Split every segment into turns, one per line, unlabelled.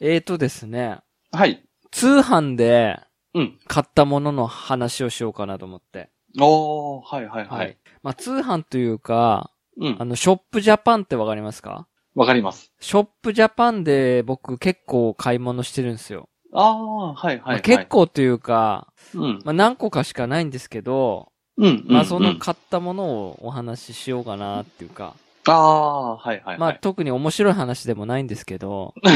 えーとですね、
はい。
通販で
うん。
買ったものの話をしようかなと思って。
おー、はいはいはい。。
まあ、通販というか、
うん
あ。の、ショップジャパンってわかりますか
わかります。
ショップジャパンで僕結構買い物してるんですよ。
あー、はいはい
ま
は
あ
い。
結構というか、
うん。
まあ、何個かしかないんですけど、
うん。
まあ、そ
うんう
の
ん
買ったものをお話ししようかなっていうか、
あー、はいはい
ま
は
あ、
い。
特に面白い話でもないんですけど、
は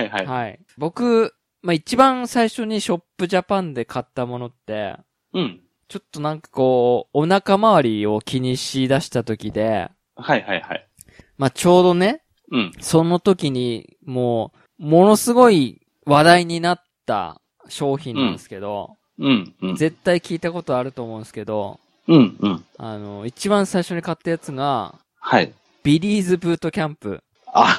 いはい。
はい。僕、まあ、一番最初にショップジャパンで買ったものって、
うん。
ちょっとなんかこう、お腹周りを気にしだした時で、
はいはいはい。
まあ、ちょうどね、
うん。
その時に、もう、ものすごい話題になった商品なんですけど、
うん。うん。
絶対聞いたことあると思うんですけど、
うん。うん。
あの、一番最初に買ったやつが、
はい。
ビリーズブートキャンプ。
あ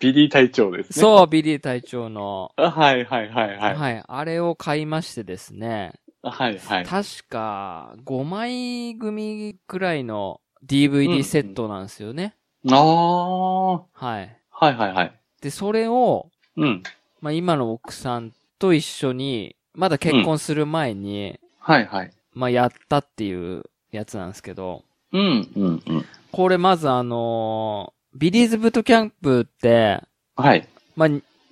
ビリー隊長ですね。う。
そう、ビリー隊長の。
はいはいはいはい。はい
はい。あれを買いましてですね。
はい。
確か、5枚組くらいの DVD セットなんですよね。
あー、
はい。
はいはいはい。
で、それを、
うん。
まあ、今の奥さんと一緒に、まだ結婚する前に、
はいはい。
まあ、やったっていうやつなんですけど、
うん。うん。うん。
これまずあのービリーズブートキャンプって、
はい。
まあ、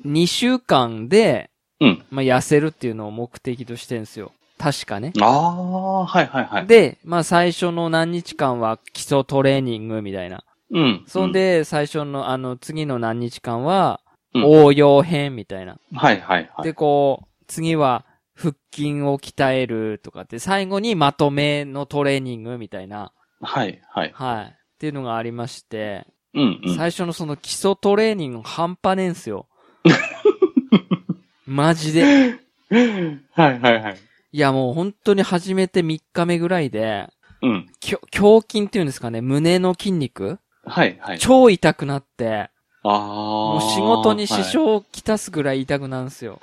2週間で、
うん
まあ、痩せるっていうのを目的としてるんですよ。確かね。
あー、はいはいはい。
で、まあ、最初の何日間は基礎トレーニングみたいな。
うん。
そんで、最初の、あの、次の何日間は、
うん
応用編みたいな。
うん、はいはいはい。
で、こう、次は、腹筋を鍛えるとかって、最後にまとめのトレーニングみたいな。
はいはい。
はい。っていうのがありまして、
うん、うん。
最初のその基礎トレーニング半端ねえんす よ。マジで。
はいはいはい。
いや、もう本当に始めて3日目ぐらいで、
うん。
きょ胸筋っていうんですかね、胸の筋肉
はいはい。
超痛くなって、
ああ。
も
も
う仕事に支障をきたすぐらい痛くなるんですよ。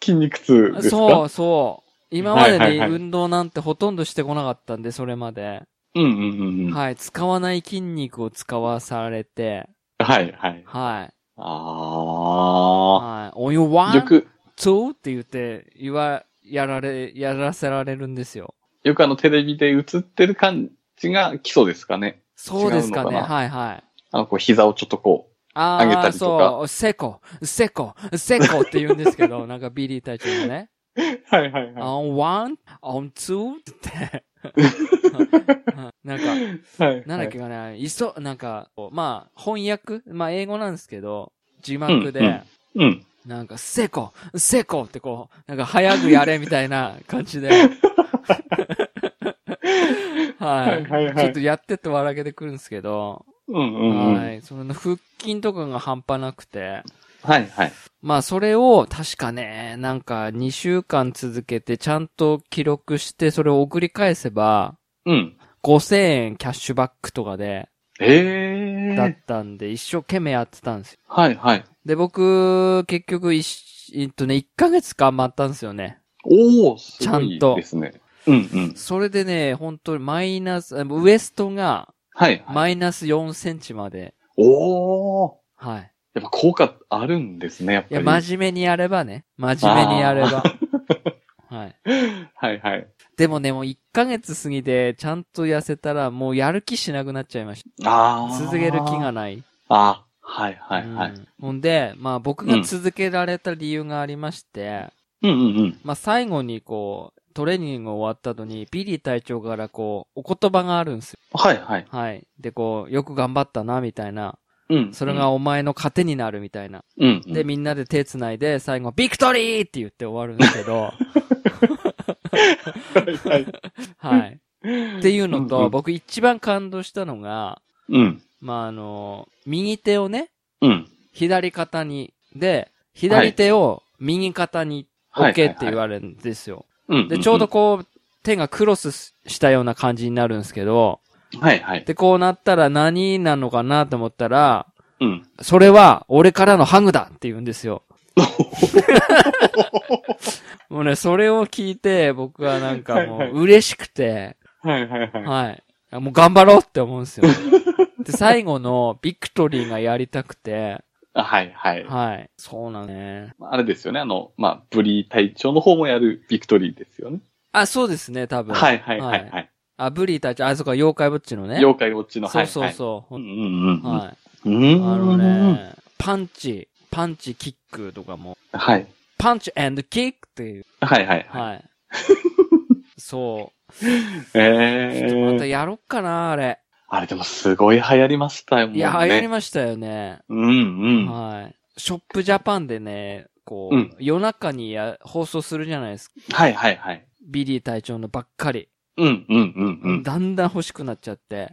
筋肉痛ですか
そうそう。今まで
はいはい
に
はい
運動なんてほとんどしてこなかったんで、それまで。
う。うんうんうんうん。はい
はい。使わない筋肉を使わされて、
はい。
はい。
あ
はい。お湯ワ
あ。よ
ン、
く、
ツーって言って、言わ、やられ、やらせられるんですよ。
よくあのテレビで映ってる感じが基礎ですかね。
そうですか
違う
ね。
のかな
はいはい。
あの、こう膝をちょっとこ
あ
あげた
あ、
りとか
そう、セコ、セコ、セコって言うんですけ ど、なんかビリー隊長がね、
う。はいはいは
オンワン、オンツーっ て、 なんか、
い。 はい。
なんだっけかな、いそ、なんか、まあ、翻訳まあ、英語なんですけど、字
うんう
幕
ん
で、
うん。
なんか、セコ、セコってこう、なんか、早くやれみたいな感 じで。は
はいはい
い。
はい
ちょっとやってって笑けてくるんですけど、
うんうんうん。は
はいい。その腹筋とかが半端なくて、
はい。
まあ、それを、確かね、なんか、2週間続けて、ちゃんと記録して、それを送り返せば、
うん。
5000円キャッシュバックとかで、
ええ
だっ。たんで、一生懸命やってたんですよ。
はいはい。
で、僕、結局、一、えっとね、1ヶ月頑張ったんですよね。
おー、す
ちゃ
ご
ん
い
と
ですね。うんうん。
それでね、本当にマイナス、あウエストが、
はいはい。
マイナス4センチまで、
おー。
はい。
やっぱ効果あるんですね、やっ
い
ぱ
や、
り。
真面目にやればね。真面目にやれば。はい。
はいはい。
でもね、もう1ヶ月過ぎて、ちゃんと痩せたら、もうやる気しなくなっちゃいまし
あ
た。
あ。
続ける気が。ない。
あはいはいは
う
い。
んほんで、まあ僕が続けられた理由がありまして、
うんうんうん。
まあ、最後にこう、トレーニング終わった後に、ビリー隊長からこう、お言葉があるんですよ。
はいはい。
はい。で、こう、よく頑張ったな、みたいな。
うん。
それが、お前の糧になる、みたいな。
うんうん。
で、みんなで手繋いで、最後、ビクトリーって言って終わるんですけ ど、
はいはい。
はい。っていうの
うんう
と、
ん
僕一番感動したのが、
うん。
まあ、あの、右手をね、
うん。
左肩に、で、左手を右肩に置けって言
れ
われるんですよ。
うん。
で、ちょうどこう、手がクロスしたような感じになるんですけど、
うん。はいはい。
で、こうなったら何なのかなと思ったら、
うん。
それは俺からのハグだって言うんです よ。もうね、それを聞いて、僕はなんか
は
も
いはいう
嬉しくて、
はいはいはい。
はい。もう頑張ろうって思うんですよ。で、最後のビクトリーがやりたくて、
あはい、はい。
はい。そうなんね。
あれですよね、あの、まあ、ブリー隊長の方もやるビクトリーですよね。
あ、そうですね、多分。
はい、はい、は
はい
い、はい。
あ、ブリーたち、あ、そうか、妖怪ウォッチのね。
妖怪ウォッチの、はい、
そうそうそう。
は
ほ
い。うんん、うん、うん。
はい。
うん。
あの。ね、パンチ、パンチキックとかも、
はい。
パンチキックっていう。
はい、はい、はい。
はい。そ
え
う。ちょっとまた
え
やろっかな、あれ。
あれでもすごい流行りましたよ、もう、
い
ね。
や、流行り
ま
ましたよね。
うん、うん。
はい。ショップジャパンでね、こう、
うん
夜中にや放送するじゃないですか。
はい、はい、はい。
ビリー隊長のばっかり。
うん、うん、うん、うん。
だんだん欲しくなっちゃって。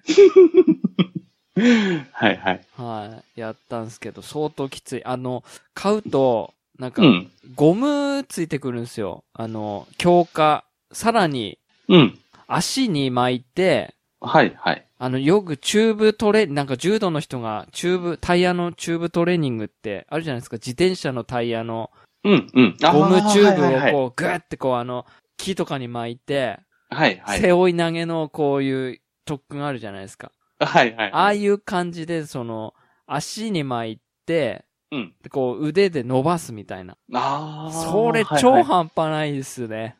はい、はい。
はい。やったんですけど、相当きつい。あの、買うと、なんか
う、ん、
ゴムついてくるんですよ。あの、強化。さらに、
うん。
足に巻いて、
はい、はい。
あの、よくチューブトレ、なんか柔道の人がチューブ、タイヤのチューブトレーニングってあるじゃないですか。自転車のタイヤの
うん、うん。あ
ゴムチューブを
をこ
こう、ぐーってこう、あの、木とかに巻いて、
う。はい、はい。
背負い投げのこういう特訓あるじゃないですか。
はい、はい。
ああいう感じで、その、足に巻いて、
うん。
でこう腕で伸ばすみたいな。
ああ。
それ
はいは
超
い
半端ないですね。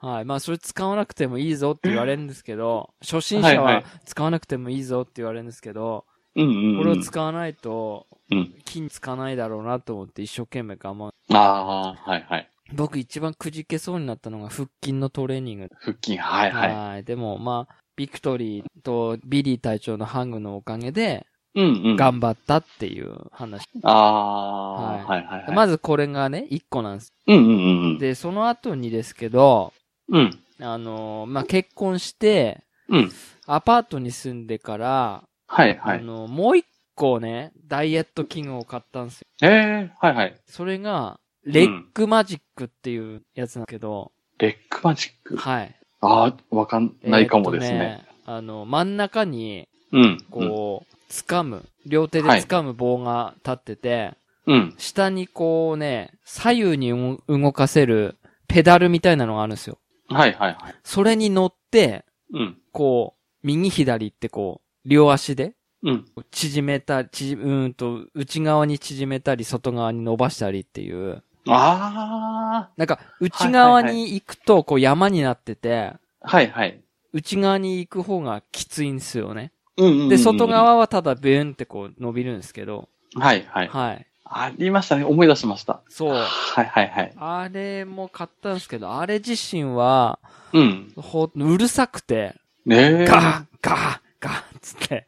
はい。まあ、それ使わなくてもいいぞって言われるんですけ ど、初心者
はいは
はい使わなくてもいいぞって言われるんですけど、
うんうん、
こ
う
れ
ん。
を使わないと
うん、
金つかないだろうなと思って一生懸命我慢。
ああ、はいはい。
僕一番くじけそうになったのが腹筋のトレーニング。
腹筋、はいはい。
い。でも、まあ、ビクトリーとビリー隊長のハングのおかげで、
うんうん。
頑張ったっていう話。
ああ、
は
はいはいはい。
まずこれがね、一個なんです。
うんうんうん
で、その後にですけど、
うん。うん。
あのーまあ、結婚して、
うん。
アパートに住んでから、
はいは
あ
い。
のーもう一個ね、ダイエット器具を買ったんですよ。
ええー、はいはい。
それが、レッグマジックっていうやつなんですけど、
レックマジック。
はい。
ああ、わかんないかもです
えー
ね。
っとあの、真ん中に、
うん。
こう、掴む、両手で掴む棒が立ってて、
うん。うん。
下にこうね、左右に動動かせるペダルみたいなのがあるんですよ。
はいはいはい。
それに乗って、
うん。
こう、右左ってこう、両足で、
うん。
縮めた、縮、うーんと、内側に縮めたり、外側に伸ばしたりっていう。
あ
なんか、内側
はいはい
に行くと、こう山になってて、
あ、はいはい。
内側に行く方がきついんですよね。
うんうんうん。
で、外。側はただビューンってこう伸びるんですけど、
はいはい。
はい。
ありましたね。思い出しました。
そう。
はいはいはい。
あれも買ったんですけど、あれ自身は、
うん。
ほ、うるさくて、
ねえ。
ガーンガーンガーンつ って。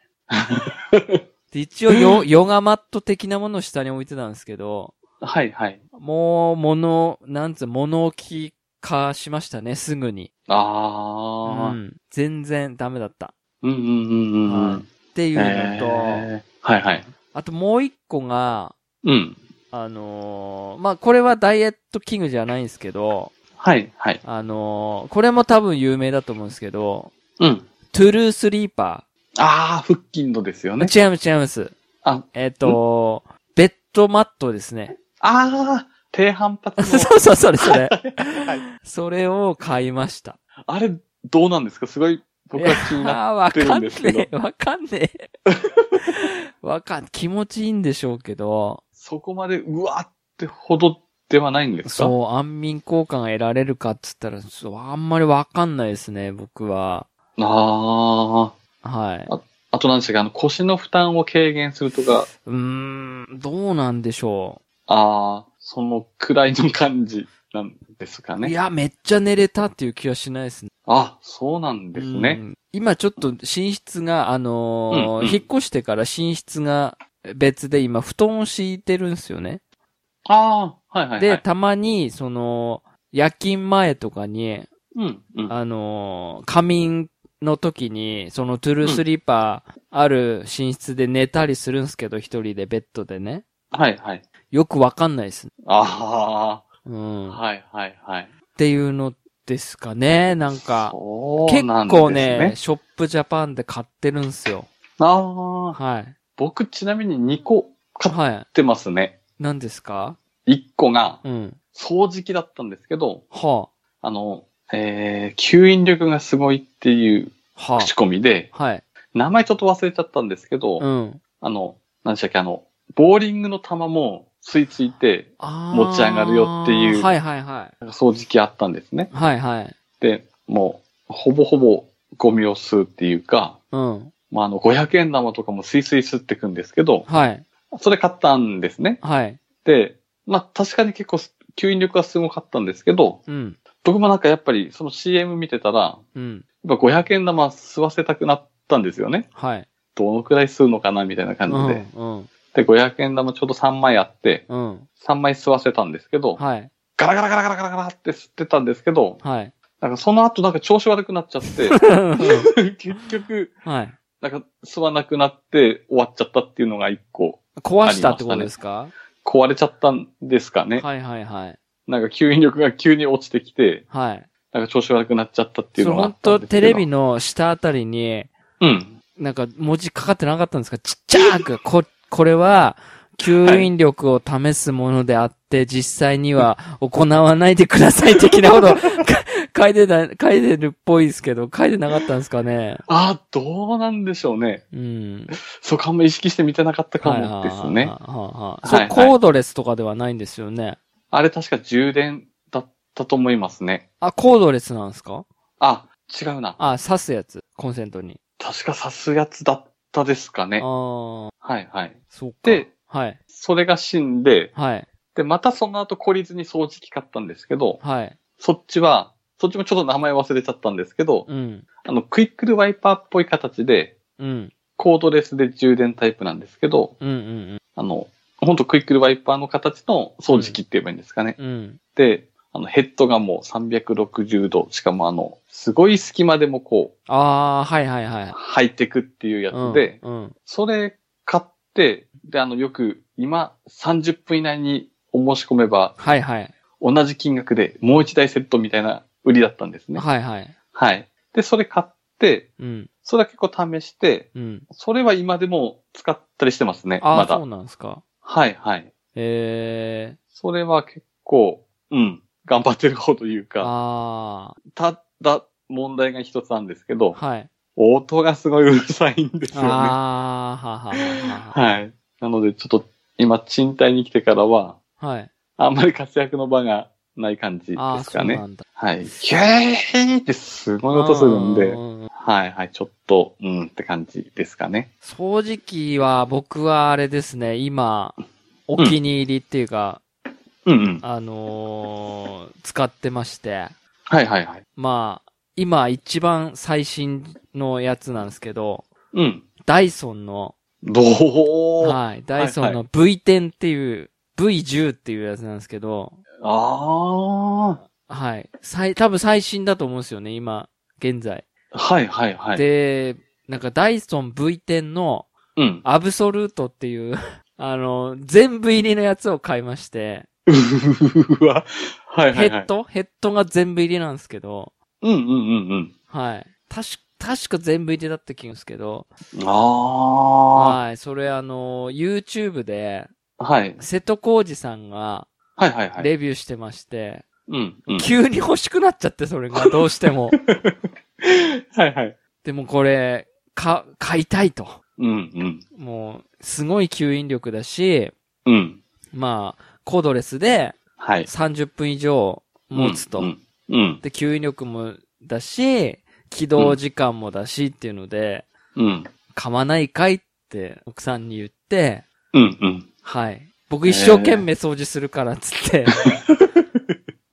で一応ヨ、ヨガマット的なものを下に置いてたんですけど、
はいはい。
もう、物、なんつう、物置化しましたね、すぐに。う
ああ。
ん、全然ダメだった。
うんうんうんうんう
はい
ん。
っていうのと、
えーはいはい。
あともう一個が、
うん。
あのーまあ、これはダイエット器具じゃないんですけど、
はいはい。
あのーこれも多分有名だと思うんですけど、
うん。
トゥルースリーパ
ああ、腹筋のですよね。
ー。違います、違います。
あ、
えっ、と、ベッドマットですね。
ああ、低反発の。
そうそう、それ、それ。
はい
それを買いました。
あれ、どうなんですかすごい、僕は気になっ
ああー、わ
て
か
る
ん
ん
ね
ですけど
え、わかんねえ。 わかん、気持ちいいんでしょうけど、
そこまで、うわーってほどではないんですか
そう、安眠効果が得られるかっつったら、そうあんまりわかんないですね、僕は。
ああ。
はい。
あとなんですが、あの、腰の負担を軽減するとか、
うーん、どうなんでしょ
ああ、そのくらいの感じなんですか
う。い
ね。
や、めっちゃ寝れたっていう気はしないですね。
あ、そうなんです
う
ね。
ん今ちょっと寝室が、あのー
うんうん
引っ越してから寝室が別で今布団を敷いてるんですよね。
ああ、はいはいは
で、
い。
たまに、その、夜勤前とかに、
うん、うん。
あのー仮眠の時に、そのトゥルースリーパーある寝室で寝たりするんですけど、一人でベッドでね。
はいはい。
よくわかんないですね。
あ
うん。
あ、
っ
はいはいはい。
ていうのですかね、なんか。
そう
結
なんです
構
ね。
ね、ショップジャパンで買ってるんですよ。
ああ、
はい。
僕ちなみに2個買っ
はい。
てますね。
何ですか
1個が
うん。
掃除機だったんですけど、
は
あの、えー、吸引力がすごいっていう
あ。は
口コミで、
あ。はい。
名前ちょっと忘れちゃったんですけど、
うん。
あの、何でしたっけ、あの、ボーリングの球も吸い付いて、
あー
持ち上がるよっていう
はいはいは
掃除機あったんですね。
い。はいはい。
で、もう、ほぼほぼゴミを吸うっていうか、
うん。
まあ、あの、500円玉とかもスイスイ吸ってくんですけど、
はい。
それ買ったんですね。
はい。
で、まあ、確かに結構、吸引力がすごかったんですけど、
うん。
僕もなんかやっぱりその CM 見てたら、
うん。
やっぱ500円玉吸わせたくなったんですよね。
はい。
どのくらい吸うのかなみたいな
う
感
ん。
じ
う
で。
ん。
で、500円玉ちょうど3枚あって、
うん。
3枚吸わせたんですけど、
はい。
ガラガラガラガラガラガラって吸ってたんですけど、
はい。
なんかその後なんか調子悪くなっち ゃって、結局、
はい。
なんか吸わなくなって終わっちゃったっていうのが一個
壊したってことですか、
壊れちゃったんですかね。
はいはいはい。
なんか吸引力が急に落ちてきて、
はい。
なんか調子悪くなっちゃったっていう
そ
の
れ
があっ
本
たん
当
です
テ
けど。
レビの下あたりに、
うん。
なんか文字かかってなかったんですかちっちゃく、こ、これは、吸引力を試すものであって、実際には行わないでください的なこと か書いてた、書いてるっぽいですけど、書いてなかったんですかね
ああ、どうなんでしょうね。
うん。
そこあんま意識して見てなかったか
はい
もです
はいはいはい
ね。はいはい
そうコードレスとかではないんですよね。
あれ確か充電だったと思いますね。
あ、コードレスなんですか
あ、違うな。
あ、刺すやつ、コンセントに。
確か刺すやつだったですか
あ
ね。
あ、
はいはい。
そうか。
で、
はい、
それが死んで、
はい、
で、またその後懲りずに掃除機買ったんですけど、
はい。
そっちは、そっちもちょっと名前忘れちゃったんですけど、
うん、
あの、クイックルワイパーっぽい形で、
うん、
コードレスで充電タイプなんですけど、
うん、うん、
あの、ほんとクイックルワイパーの形の掃除機って言えばいいんですかね。
うん、うん。
で、あの、ヘッドがもう360度、しかもあの、すごい隙間でもこう、
ああ、はい、はい、はい。
入ってくっていうやつで、
うん、うん。
それ買って、で、あの、よく今30分以内にお申し込めば、
はいはい。
同じ金額でもう一台セットみたいな売りだったんですね。
はいはい。
はい。で、それ買って、
うん。
それは結構試して、
うん。
それは今でも使ったりしてますね。
ああ、
ま
そ
だ
う。なんですか。
はいはい。
え
それは結構、うん、頑張ってる方という
え
か、
あ
ただ問題が一つなんですけ
あ、
ど、
はい。
音がすごいうるさいんですよね。は
ああ、はははは。
い。なのでちょっと今賃貸に来てからは、
はい。
あんまり活躍の場がない感じで
ああ、
す
そ
か
う
ね
な。んだ。
はい。キューってすごい音するんで
う、んうんうん
はいはい、ちょっと、うんって感じですかね。
掃除機は僕はあれですね、今、お気に入りっていうか、
うんうん。
あのー使ってまして、
はいはいはい。
まあ、今一番最新のやつなんですけど、
うん。
ダイソンの、
どう、
はい、ダイソンの V10 っていう、V10 っていうやつなんですけど、
あ
はい。最、多分最新だと思うんですよね、今、現在。
あ。はいはいはい。
で、なんかダイソン V10 の
うん。
アブソルートっていう、 あの、全部入りのやつを買いまして、
うーわ。はいは
ヘ
いは
ッ
い。
ドヘッドが全部入りなんですけど、
うんうんうん
はい。確か、確か全部入りだった気がするんですけど、
うん。あ
はい。それあの、YouTube で、
あ。はい。
瀬戸康二さんが
はいはいはい。
レビューしてまして、
うんうん。
急に欲しくなっちゃって、それが、どうして も。
はいはい。
でもこれ、か、買いたいと。
うんうん。
もう、すごい吸引力だし、
うん。
まあ、コードレスで
はい。
30分以上持つと。
うん。うん。
で、吸引力もだし、起動時間もだしっていうので、
うん。
噛まないかいって奥さんに言って、
うんうん。
はい。僕一生懸命掃除するからっつ って。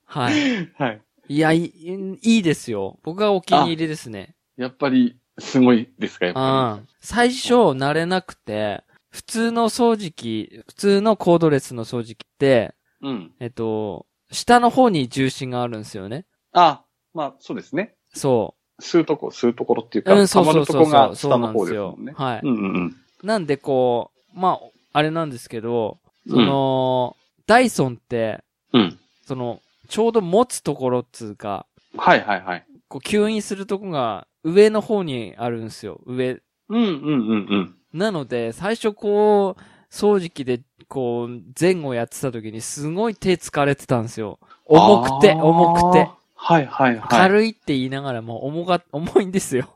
はい。
はい。
いや、いい、いいですよ。僕はお気に入りですね。
やっぱり、すごいですか、やっぱ
うん。最初、慣れなくて、普通の掃除機、普通のコードレスの掃除機って、
り。うん。
えっと、下の方に重心があるんですよね。
あ、まあ、そうですね。
そ
吸うとこ、吸うところっていう
う。
か、
うん、そう
溜ま
そう
ると
そ
こ
うそ
が
う。
下
そう
の
なんで
方
す
です
よ
もんね。
はい。
うんうんうん。
なんでこう、まあ、あれなんですけど、そ
うん
の、ダイソンって、
うん。
その、ちょうど持つところっつうか、
はいはいはい。
こう吸引するとこが上の方にあるんですよ。上。
うんうんうんうん。
なので、最初こう、掃除機で、こう、前後やってた時にすごい手疲れてたんですよ。重くて、
あー
重くて。。
はいはいは い。
軽いって言いながらも重が、重いんですよ。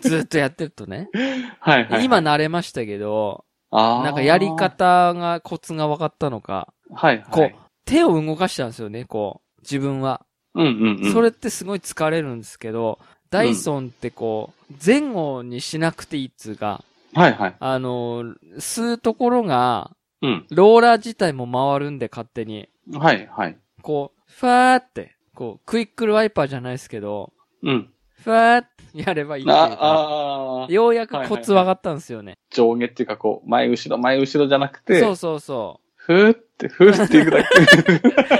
ずっとやってるとね。
はいはい。
今慣れましたけど、
あー
なんかやり。方が、コツが分かったのか、
はいはい。
こう、手を動かしたんですよね、こう、自分は。
う。うんうんうん。
それってすごい疲れるんですけど、ダイソンってこう、前後にしなくていいっつうか、
はいはい。
あのー、吸うところが、
うん。
ローラー自体も回るんで勝手に、
はいはい。
こう、ファーって、こう、クイックルワイパーじゃないですけど、
うん。
ファーって やればいいっていう
あ
か、
あー、
ようやくコツ分かったんですよね。
上下っていうかこう、前後ろ前後ろじゃなくて、
そうそうそう。
ふーって、ふーっていく だ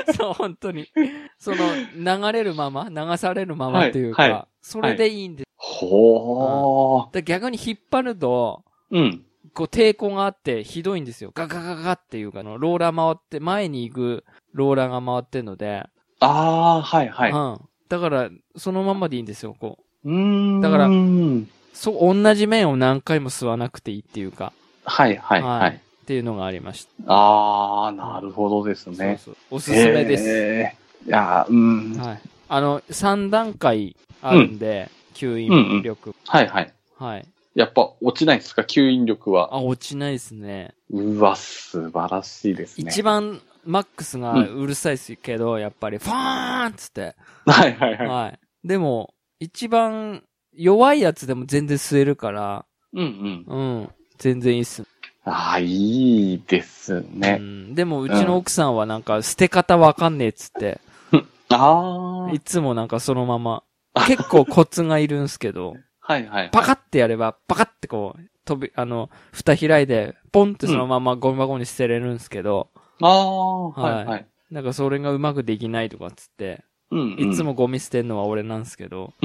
け。
そう、 本当に。その、流れるまま、流されるままっていうか、
はいは
それでいいんです。
ほー。
だから逆に引っ張ると、
うん。
こう抵抗があってひどいんですよ。ガガガガガっていうか、あの、ローラー回って、前に行くローラーが回ってるので、
ああ、はいはい。う
うん。だから、そのままでいいんですよ、こう。
ーん。
だから
うん
そう、同じ面を何回も吸わなくていいっていうか、
はいはい
は
はいい。
っていうのがありました。
ああ、なるほどですね。
そうそうおすすめです。
えーいやー、うん。
はい。あの、3段階あるんで、吸引力。
はいはい。
はい。
やっぱ落ちないですか吸引力は。
あ、落ちないですね。
うわ、素晴らしいですね。
一番マックスがうるさいですけど、やっぱり、ファーンっつって。
はいはいはい。
はい。でも、一番弱いやつでも全然吸えるから、
うんうん。
うん。全然いいっすね。
ああ、いいです
う
ね。
ん、でも、うちの奥さんはなんか、捨て方わかんねえっつって、
ああ。
いつもなんかそのまま、結構コツがいるんすけ ど、
はいはい。
パカってやれば、パカってこう、飛び、あの、蓋開いて、ポンってそのままゴミ箱に捨てれるんすけど、
ああ、はい
は
はい。
なんかそれがうまくできないとかっつって、
うんうん。
いつ。もゴミ捨てんのは俺なんですけど。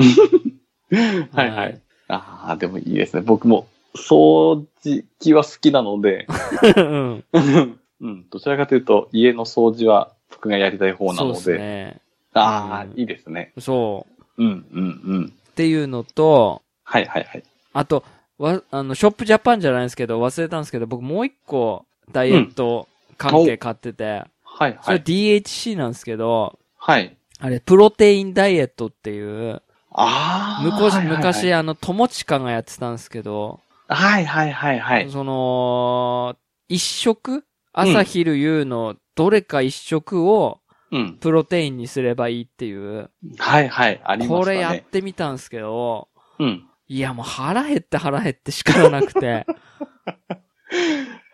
はいはい。ああ、でもいいですね。僕も掃除機は好きな ので、
うん。
うん、どちらかというと家の掃除は僕がやりたい方なの
そうす
で、
ね。う
ああ、
ん
いいですね。
そう。
うんうんうん。
っていうのと、
はいはいはい。
あと、わ、あの、ショップジャパンじゃないですけど、忘れたんですけど、僕もう一個、ダイエット関係買ってて、
はい
そ
は
れ
い。
DHC なんですけど、
はい。
あれ、プロテインダイエットっていう、
ああ。
昔、
はいはいはい
昔、。あの、友近がやってたんですけど、
はいはいはいはい。
その、一食朝昼夕のどれか一食を
うん。
プロテインにすればいいっていう、
はいはい。ありま
こ
し
れ
た
やっ
ね。
てみたんですけど、
うん。
いや、もう腹減って腹減って仕方なくて、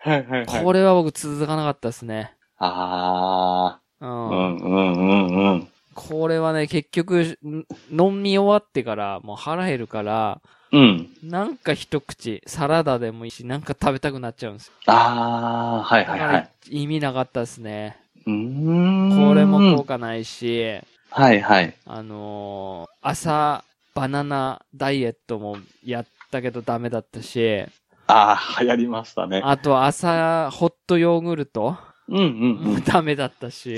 はい はいはい。
これは僕続かなかったですね。
あ
う。
あ。うんんうんうんうん。
これはね、結局、ん飲み終わってから、もう腹減るから、
うん。
なんか一口、サラダでもいいし、なんか食べたくなっちゃうんですよ。
ああ、はい
だか
はいは
ら
い。、
意味なかったですね。
うーん。
これも効果ないし、
はいはい。
あのー朝、バナナダイエットもやったけどダメだったし、
ああ、流行りましたね。
あと朝、ホットヨーグルト
うんうんう
も
ん。
ダメだったし、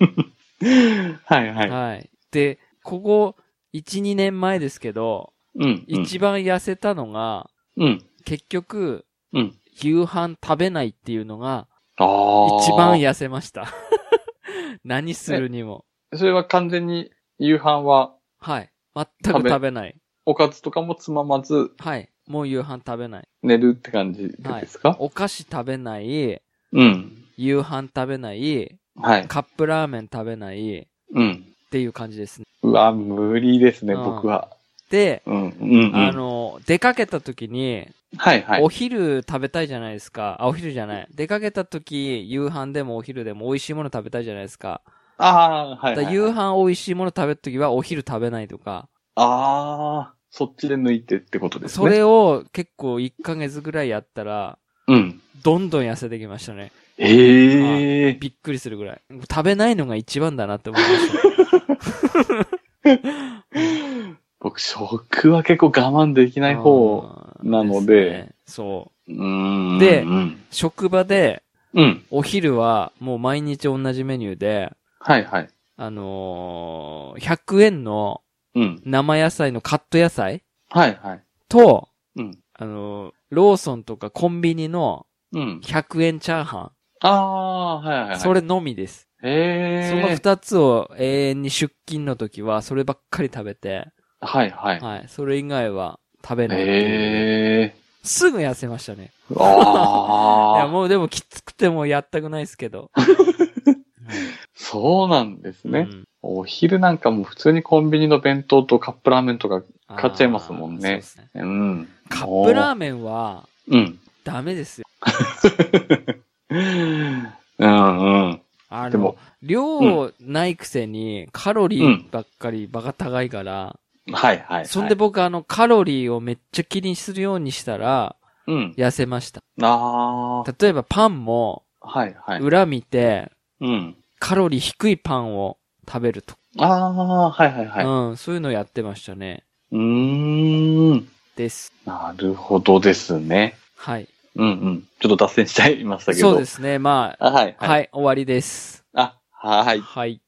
はいはい。
はい。で、ここ、1、2年前ですけど、
うんうん。
一番痩せたのが、
うん。
結局、
うん。
夕飯食べないっていうのが、
ああ。
一番痩せました。 何するにも。
それは完全に夕飯は
はい。全く食べない。
おかずとかもつままず
はい。もう夕飯食べない。
寝るって感じですか、
お菓子食べない、
うん。
夕飯食べない、
はい。
カップラーメン食べないっ
うん。
ていう感じですね。
うわ、無理ですね、
うん
僕は。
で、
うん、うん、うん。
あの、出かけた時に、
はい、はい
お。昼食べたいじゃないですか。あ、お昼じゃない。出かけた時、夕飯でもお昼でも美味しいもの食べたいじゃないですか。
ああー、はい、
だ
は
か
い
ら
はい。
夕飯美味しいもの食べる時はお昼食べないとか。
ああ、そっちで抜いてってことですね。
それを結構1ヶ月ぐらいやったら、
うん。
どんどん痩せてきましたね。
ええ
びっくりするぐらい。食べないのが一番だなって思いました。
僕、食は結構我慢できない方。なので
すねそう
ーん。
で
うん
う。。職場で、
うん。
お昼はもう毎日同じメニューで、
はい、はい。
あのー100円の
うん。
生野菜のカット野菜
はい、はい。
と、
うん。
あの、ローソンとかコンビニの
うん。
100円チャーハ
ああ、はい、はい、は
ン。
い。
それのみです。
え
そ
え
の二つを永遠に出勤の時はそればっかり食べて、
はい、はい。
はい。それ以外は食べないっていう
ええ
すぐ痩せましたね。
ー。
い
あ
や、
あ。
もうでもきつくてもうやったくないですけ ど。
そうなんです
う
ね、
ん
お昼なんかもう普通にコンビニの弁当とカップラーメンとか、買っちゃいますもんね
あーそうっすね
うん。
カップラー
ー
メンは
うん。
ダメですよ。
うんうん。
あ
で
の
も、
量ないくせにカロリーばっかりバカ高いから、
はいはい、はい。
そんで、僕あのカロリーをめっちゃ気にするようにしたら
うん。
痩せました。
あ
例えばパンも
あ。はいはい。
裏見て
うん。
カロリー低いパンを食べるとか、
ああ、はいはいはい。
うん、そういうのやってましたね。
うーん。
です。
なるほどですね。
はい。
うんうん。ちょっと脱線しちゃいましたけど。。
そうですすね。ま
あはい、
あ、
はい。
はい、終わりです。
あ、はい。
はい。